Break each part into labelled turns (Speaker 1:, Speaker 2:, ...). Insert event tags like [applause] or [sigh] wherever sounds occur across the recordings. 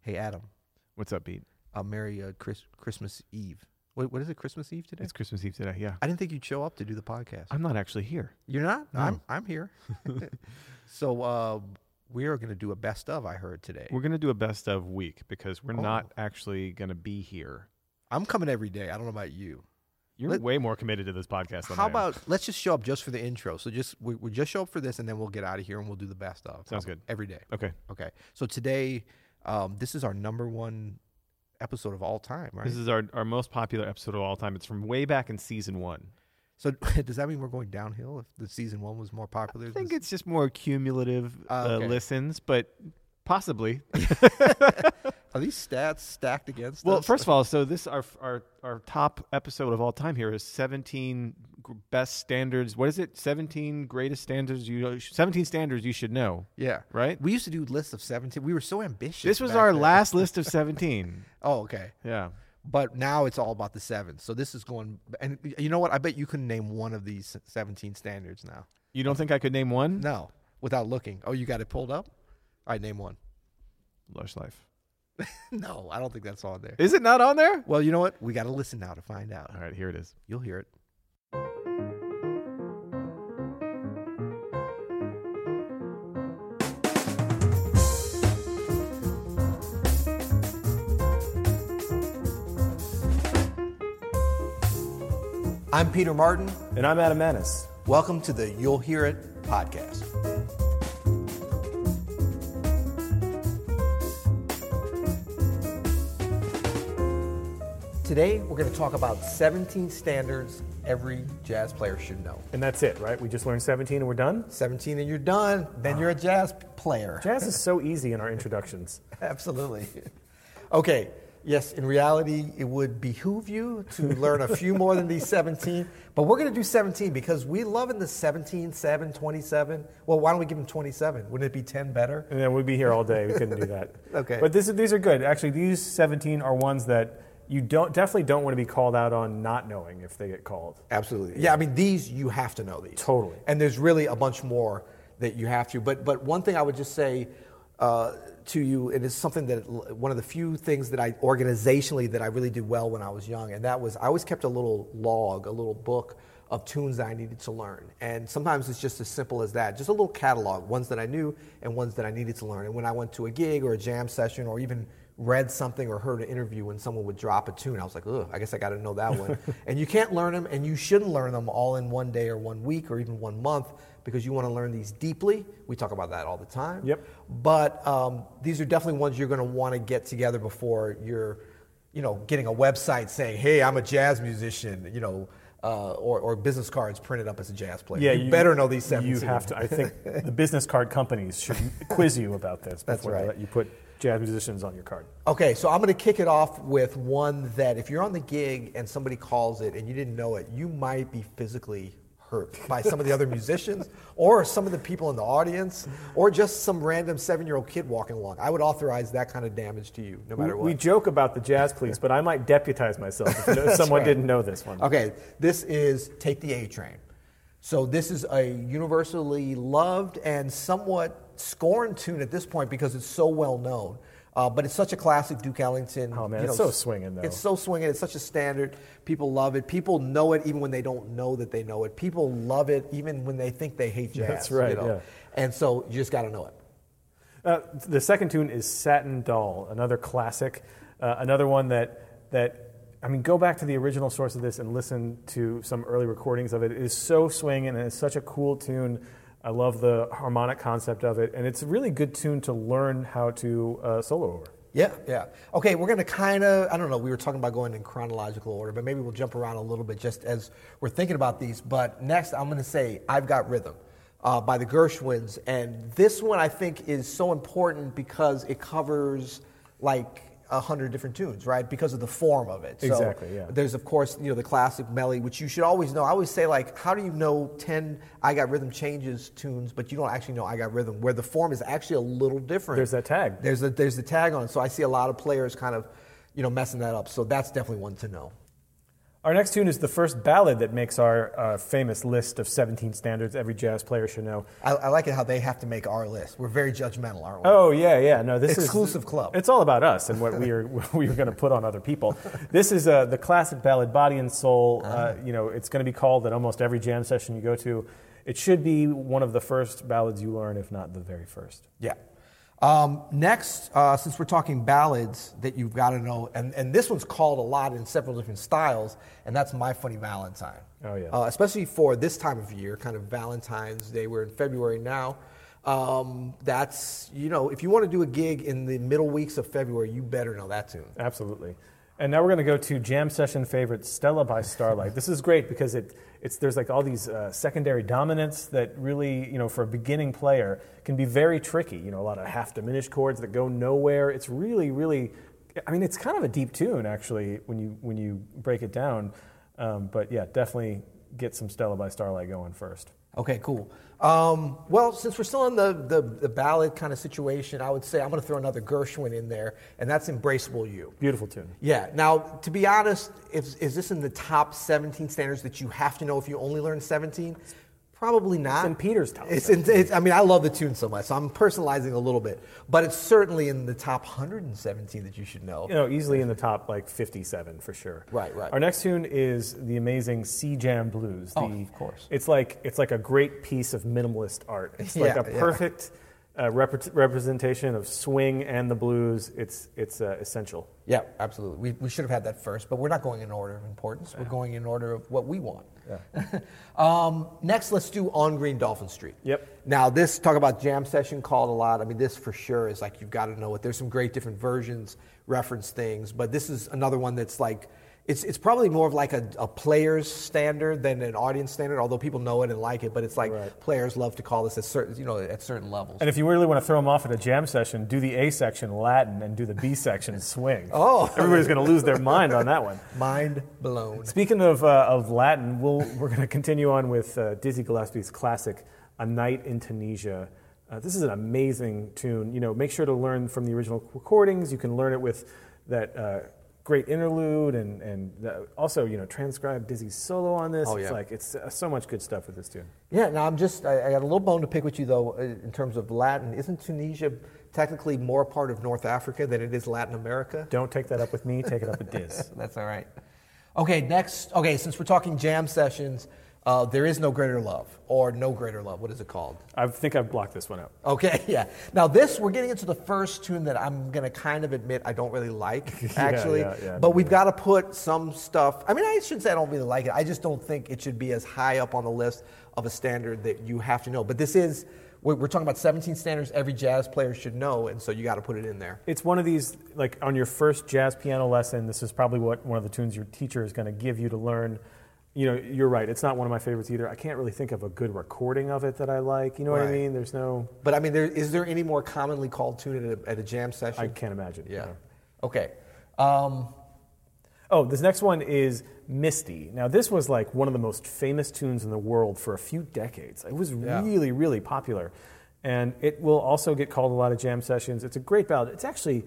Speaker 1: Hey Adam,
Speaker 2: What's up, Pete?
Speaker 1: I'll marry you Chris, Christmas Eve. Wait, what is it? Christmas Eve today?
Speaker 2: It's Christmas Eve today. Yeah.
Speaker 1: I didn't think you'd show up to do the podcast.
Speaker 2: I'm not actually here.
Speaker 1: You're not.
Speaker 2: No.
Speaker 1: I'm. I'm here. [laughs] so uh, we are going to do a best of. I heard today.
Speaker 2: We're going to do a best of week because we're
Speaker 1: Oh.
Speaker 2: not actually going to be here.
Speaker 1: I'm coming every day. I don't know about you.
Speaker 2: You're
Speaker 1: Let-
Speaker 2: way more committed to this podcast than I
Speaker 1: How
Speaker 2: am.
Speaker 1: about let's just show up just for the intro? So just we, we just show up for this, and then we'll get out of here and we'll do the best of.
Speaker 2: Sounds
Speaker 1: Um,
Speaker 2: good.
Speaker 1: Every day.
Speaker 2: Okay.
Speaker 1: Okay. So today, um, this is our number one episode of all time, right?
Speaker 2: This is our, our most popular episode of all time. It's from way back in season one.
Speaker 1: so [laughs] does that mean we're going downhill if the season one was more popular?
Speaker 2: I
Speaker 1: than
Speaker 2: think it's just more cumulative
Speaker 1: Ah,
Speaker 2: uh,
Speaker 1: okay.
Speaker 2: listens, but
Speaker 1: [laughs]
Speaker 2: possibly.
Speaker 1: Are these stats stacked against
Speaker 2: Well,
Speaker 1: us?
Speaker 2: first of all, so this our our our top episode of all time here is 17 gr- best standards. What is it? 17 greatest standards you 17 standards you should know,
Speaker 1: yeah.
Speaker 2: right?
Speaker 1: We used to do lists of 17. We were so ambitious.
Speaker 2: This was
Speaker 1: back
Speaker 2: our
Speaker 1: then.
Speaker 2: last list [laughs] of 17.
Speaker 1: Oh, okay.
Speaker 2: Yeah.
Speaker 1: But now it's all about the sevens. So this is going. And you know what? I bet you couldn't name one of these 17 standards now.
Speaker 2: You don't think I could name one?
Speaker 1: No, without looking. Oh, you got it pulled up? All right, name one. [laughs]
Speaker 2: Lush Life.
Speaker 1: No, I don't think that's on there.
Speaker 2: Is it not on there?
Speaker 1: Well, you know what? We got to listen now to find out.
Speaker 2: All right, here it is.
Speaker 1: You'll hear it. I'm Peter Martin.
Speaker 3: And I'm Adam Manis.
Speaker 1: Welcome to the You'll Hear It podcast. Today, we're going to talk about 17 standards every jazz player should know.
Speaker 3: And that's it, right? We just learned 17 and we're done?
Speaker 1: 17 and you're done, then you're a jazz player.
Speaker 3: Jazz is so easy in our introductions.
Speaker 1: [laughs] Absolutely. Okay. Yes, in reality, it would behoove you to learn a few more than these 17, but we're going to do 17 because we love in the 17, 7, 27. Well, why don't we give them 27? Wouldn't it be 10 better?
Speaker 3: And then we'd be here all day. We couldn't do that.
Speaker 1: [laughs] Okay.
Speaker 3: But this, these are good. Actually, these 17 are ones that you don't definitely don't want to be called out on not knowing if they get called.
Speaker 1: Absolutely. Yeah, I mean, these, you have to know these.
Speaker 3: Totally.
Speaker 1: And there's really a bunch more that you have to. But, but one thing I would just say uh, to you, and it's something that one of the few things that I organizationally that I really did well when I was young, and that was I always kept a little log, a little book of tunes that I needed to learn. And sometimes it's just as simple as that, just a little catalog, ones that I knew and ones that I needed to learn. And when I went to a gig or a jam session or even read something or heard an interview when someone would drop a tune. I was like, ugh, I guess I got to know that
Speaker 3: [laughs]
Speaker 1: one. and you can't learn them, and you shouldn't learn them all in one day or one week or even one month because you want to learn these deeply. We talk about that all the time.
Speaker 3: Yep.
Speaker 1: But um, these are definitely ones you're going to want to get together before you're, you know, getting a website saying, hey, I'm a jazz musician, you know, uh, or, or business cards printed up as a jazz player. you, better know these 17.
Speaker 3: You have to. I think the business card companies should quiz you about this
Speaker 1: That's
Speaker 3: before they
Speaker 1: right.
Speaker 3: let you put jazz musicians on your card.
Speaker 1: Okay, so I'm going to kick it off with one that if you're on the gig and somebody calls it and you didn't know it, you might be physically hurt by some of the other [laughs] musicians or some of the people in the audience or just some random seven year old kid walking along. I would authorize that kind of damage to you no
Speaker 3: We,
Speaker 1: matter what.
Speaker 3: we joke about the jazz police, but I might deputize myself
Speaker 1: [laughs]
Speaker 3: if, if someone
Speaker 1: right.
Speaker 3: didn't know this one.
Speaker 1: Okay, this is Take the A Train. So this is a universally loved and somewhat scorned tune at this point because it's so well known. Uh, but it's such a classic Duke Ellington.
Speaker 3: Oh, man, it's so swinging, though.
Speaker 1: It's so swinging. It's such a standard. People love it. People know it even when they don't know that they know it. People love it even when they think they hate jazz.
Speaker 3: That's right,
Speaker 1: you know?
Speaker 3: yeah.
Speaker 1: And so you just got to know it.
Speaker 3: Uh, the second tune is Satin Doll, another classic, uh, another one that that I mean, go back to the original source of this and listen to some early recordings of it. It is so swinging and it's such a cool tune. I love the harmonic concept of it, and it's a really good tune to learn how to uh, solo over.
Speaker 1: Yeah, yeah. Okay, we're going to kind of, I don't know, we were talking about going in chronological order, but maybe we'll jump around a little bit just as we're thinking about these. But next, I'm going to say I've Got Rhythm uh, by the Gershwins. And this one I think is so important because it covers like a hundred different tunes, right? Because of the form of it. So
Speaker 3: Exactly, yeah.
Speaker 1: There's, of course, you know, the classic melody, which you should always know. I always say, like, how do you know 10 I Got Rhythm changes tunes, but you don't actually know I Got Rhythm, where the form is actually a little different.
Speaker 3: There's that tag.
Speaker 1: There's a there's the tag on it, so I see a lot of players kind of, you know, messing that up. So that's definitely one to know.
Speaker 3: Our next tune is the first ballad that makes our uh, famous list of 17 standards every jazz player should know.
Speaker 1: I, I like it how they have to make our list. We're very judgmental, aren't we?
Speaker 3: Oh yeah, yeah. No, this is
Speaker 1: Exclusive club.
Speaker 3: It's all about us and what we are [laughs] what we are going to put on other people. This is uh, the classic ballad, body and soul.
Speaker 1: Ah.
Speaker 3: Uh, you know, it's going to be called at almost every jam session you go to. It should be one of the first ballads you learn, if not the very first.
Speaker 1: Yeah. Um, next, uh, since we're talking ballads that you've got to know, and, and this one's called a lot in several different styles, and that's My Funny Valentine.
Speaker 3: Oh, yeah.
Speaker 1: Uh, especially for this time of year, kind of Valentine's Day. We're in February now. Um, that's, you know, if you want to do a gig in the middle weeks of February, you better know that tune.
Speaker 3: Absolutely. And now we're going to go to jam session favorite Stella by Starlight. this is great because it, it's, there's like all these uh, secondary dominants that really, you know, for a beginning player can be very tricky. You know, a lot of half diminished chords that go nowhere. It's really, really, I mean, it's kind of a deep tune actually when you, when you break it down. Um, but yeah, definitely get some Stella by Starlight going first.
Speaker 1: Okay, cool. Um, well, since we're still in the, the, the ballad kind of situation, I would say I'm going to throw another Gershwin in there, and that's Embraceable You.
Speaker 3: Beautiful tune.
Speaker 1: Yeah. Now, to be honest, if, is this in the top 17 standards that you have to know if you only learn 17? Probably not.
Speaker 3: in Peter's top
Speaker 1: It's in, it's, I mean, I love the tune so much, so I'm personalizing a little bit, but it's certainly in the top 117 that you should know.
Speaker 3: you know, easily in the top like 57 for sure.
Speaker 1: Right, right.
Speaker 3: Our next tune is the amazing Sea Jam Blues.
Speaker 1: Oh,
Speaker 3: the-
Speaker 1: of course.
Speaker 3: It's like it's like a great piece of minimalist art. It's like
Speaker 1: Yeah,
Speaker 3: a
Speaker 1: yeah.
Speaker 3: perfect uh, repre- representation of swing and the blues. It's it's uh, essential.
Speaker 1: Yeah, absolutely. We, we should have had that first, but we're not going in order of importance. We're going in order of what we want. [laughs] um, next, let's do On Green Dolphin Street.
Speaker 3: Yep.
Speaker 1: Now, this, talk about jam session called a lot. I mean, this for sure is like, you've got to know it. There's some great different versions, reference things, but this is another one that's like, it's, it's probably more of like a, a player's standard than an audience standard, although people know it and like it, but it's like players love to call this at certain, you know, at certain levels.
Speaker 3: And if you really want to throw them off at a jam session, do the A section Latin and do the
Speaker 1: [laughs]
Speaker 3: B section swing.
Speaker 1: Oh.
Speaker 3: everybody's going to lose their mind on that one.
Speaker 1: Mind blown.
Speaker 3: Speaking of, uh, of Latin, we'll, we're going to continue on with uh, Dizzy Gillespie's classic, A Night in Tunisia. Uh, this is an amazing tune. You know, make sure to learn from the original recordings. You can learn it with that uh, great interlude and, and the, also, you know, transcribe Dizzy's solo on this.
Speaker 1: Oh,
Speaker 3: It's
Speaker 1: yeah.
Speaker 3: like, it's uh, so much good stuff with this tune.
Speaker 1: Yeah, now I'm just, I, I got a little bone to pick with you though, uh, in terms of Latin. Isn't Tunisia technically more part of North Africa than it is Latin America?
Speaker 3: Don't take that up with me, take it up
Speaker 1: [laughs]
Speaker 3: with Diz.
Speaker 1: That's all right. Okay, next, okay, since we're talking jam sessions, uh, there is no greater love, or no greater love. What is it called?
Speaker 3: I think I've blocked this one out.
Speaker 1: Okay, [laughs] yeah. Now this, we're getting into the first tune that I'm gonna kind of admit I don't really like, actually.
Speaker 3: [laughs] yeah, yeah,
Speaker 1: but
Speaker 3: me
Speaker 1: we've got to put some stuff. I mean, I shouldn't say I don't really like it. I just don't think it should be as high up on the list of a standard that you have to know. But this is, we're, we're talking about 17 standards every jazz player should know, and so you got to put it in there.
Speaker 3: It's one of these, like on your first jazz piano lesson, this is probably what one of the tunes your teacher is going to give you to learn. You know, you're right. It's not one of my favorites either. I can't really think of a good recording of it that I like. You know what I
Speaker 1: Right.
Speaker 3: mean? There's no,
Speaker 1: But I mean, there, is there any more commonly called tune at a, at a jam session?
Speaker 3: I can't imagine. you
Speaker 1: yeah.
Speaker 3: know.
Speaker 1: Okay. Um,
Speaker 3: Oh, this next one is Misty. Now, this was like one of the most famous tunes in the world for a few decades. It was
Speaker 1: Yeah.
Speaker 3: really, really popular. And it will also get called a lot of jam sessions. It's a great ballad. It's actually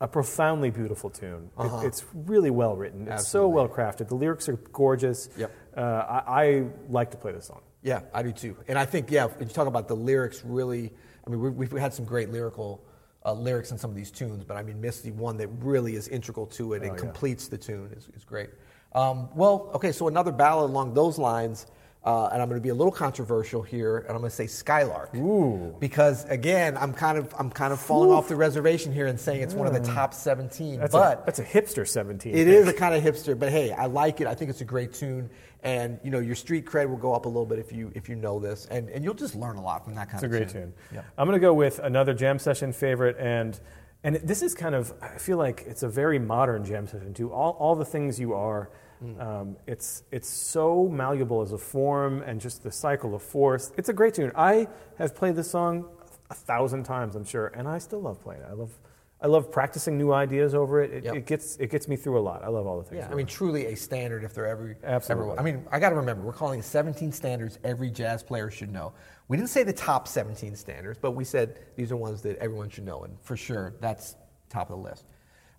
Speaker 3: a profoundly beautiful tune. It- it's really well written. It's
Speaker 1: Uh-huh. Absolutely.
Speaker 3: so well crafted. The lyrics are gorgeous.
Speaker 1: Yep.
Speaker 3: Uh, I, I like to play this song.
Speaker 1: Yeah, I do too. And I think, yeah, if you talk about the lyrics, really, I mean, we, we've had some great lyrical uh, lyrics in some of these tunes, but I mean, Misty, one that really is integral to
Speaker 3: Oh,
Speaker 1: it and completes the tune is, is great. Um, well, okay, so another ballad along those lines, uh, and I'm going to be a little controversial here, and I'm going to say Skylark. Ooh. Because again, I'm kind of, I'm kind of falling off the reservation here and saying it's one of the top 17.
Speaker 3: Mm. That's,
Speaker 1: but
Speaker 3: a, that's a hipster 17.
Speaker 1: it is a kind of hipster, but hey, I like it. I think it's a great tune, and you know your street cred will go up a little bit if you if you know this, and and you'll just learn a lot from that kind
Speaker 3: It's a
Speaker 1: of
Speaker 3: great
Speaker 1: tune.
Speaker 3: tune. I'm going to go with another jam session favorite, and and it- this is kind of I feel like it's a very modern jam session too. All all the things you are,
Speaker 1: Mm.
Speaker 3: um, it's it's so malleable as a form and just the cycle of force. It's a great tune. I have played this song a thousand times, I'm sure, and I still love playing it. I love. I love practicing new ideas over it. It,
Speaker 1: Yep.
Speaker 3: it gets it gets me through a lot. I love all the things.
Speaker 1: Yeah, I
Speaker 3: we
Speaker 1: mean, truly a standard if they're ever
Speaker 3: Absolutely.
Speaker 1: Ever, I mean, I got to remember we're calling it 17 standards every jazz player should know. We didn't say the top 17 standards, but we said these are ones that everyone should know, and for sure that's top of the list.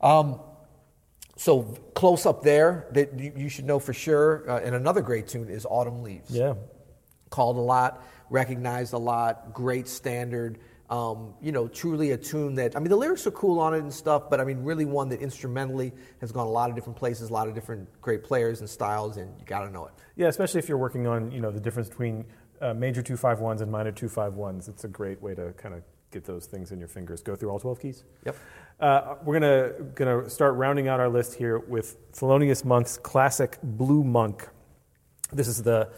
Speaker 1: Um, So close up there, that you, you should know for sure. Uh, and another great tune is Autumn Leaves
Speaker 3: Yeah.
Speaker 1: called a lot, recognized a lot, great standard. Um, you know, truly a tune that I mean, the lyrics are cool on it and stuff, but I mean, really one that instrumentally has gone a lot of different places, a lot of different great players and styles, and you got to know it.
Speaker 3: Yeah, especially if you're working on you know the difference between uh, major two five ones and minor two five ones. It's a great way to kind of get those things in your fingers. Go through all twelve keys.
Speaker 1: Yep.
Speaker 3: Uh, we're gonna gonna start rounding out our list here with Thelonious Monk's classic Blue Monk. This is the,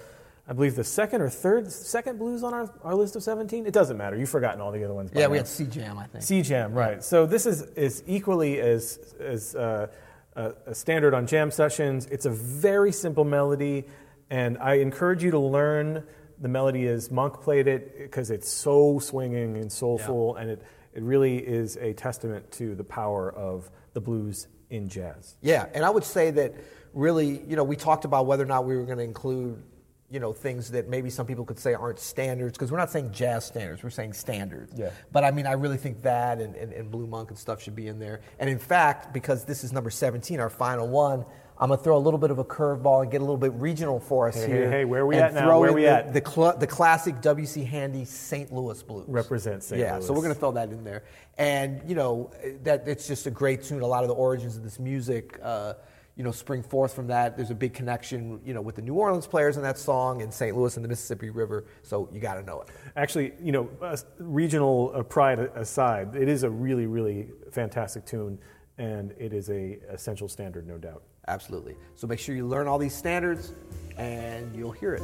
Speaker 3: I believe the second or third second blues on our, our list of seventeen. It doesn't matter. You've forgotten all the other ones. by
Speaker 1: Yeah, we
Speaker 3: now.
Speaker 1: had C Jam, I think.
Speaker 3: C Jam, right. So this is, is equally as, as uh, a, a standard on jam sessions. It's a very simple melody, and I encourage you to learn the melody as Monk played it because it's so swinging and soulful, and it, it really is a testament to the power of the blues in jazz.
Speaker 1: Yeah, and I would say that really, you know, we talked about whether or not we were going to include, you know, things that maybe some people could say aren't standards, because we're not saying jazz standards, we're saying standards.
Speaker 3: Yeah.
Speaker 1: But I mean, I really think that and, and, and Blue Monk and stuff should be in there. And in fact, because this is number 17, our final one, I'm going to throw a little bit of a curveball and get a little bit regional for us
Speaker 3: Hey, hey,
Speaker 1: here.
Speaker 3: hey, where we
Speaker 1: and
Speaker 3: at now?
Speaker 1: throw
Speaker 3: Where
Speaker 1: in
Speaker 3: we
Speaker 1: the,
Speaker 3: at?
Speaker 1: The, cl- the classic W.C. Handy St. Louis Blues.
Speaker 3: Represent St.
Speaker 1: Yeah,
Speaker 3: Louis.
Speaker 1: so we're going to throw that in there. And you know that it's just a great tune. A lot of the origins of this music, uh, you know, spring forth from that. There's a big connection, you know, with the New Orleans players in that song and St. Louis and the Mississippi River. So you got to know it.
Speaker 3: Actually, you know, uh, regional uh, pride aside, it is a really, really fantastic tune, and it is a essential standard, no doubt.
Speaker 1: Absolutely. So make sure you learn all these standards, and you'll hear it.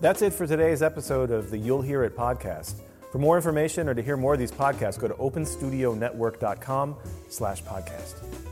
Speaker 3: That's it for today's episode of the You'll Hear It podcast. For more information or to hear more of these podcasts, go to openstudionetwork.com slash podcast.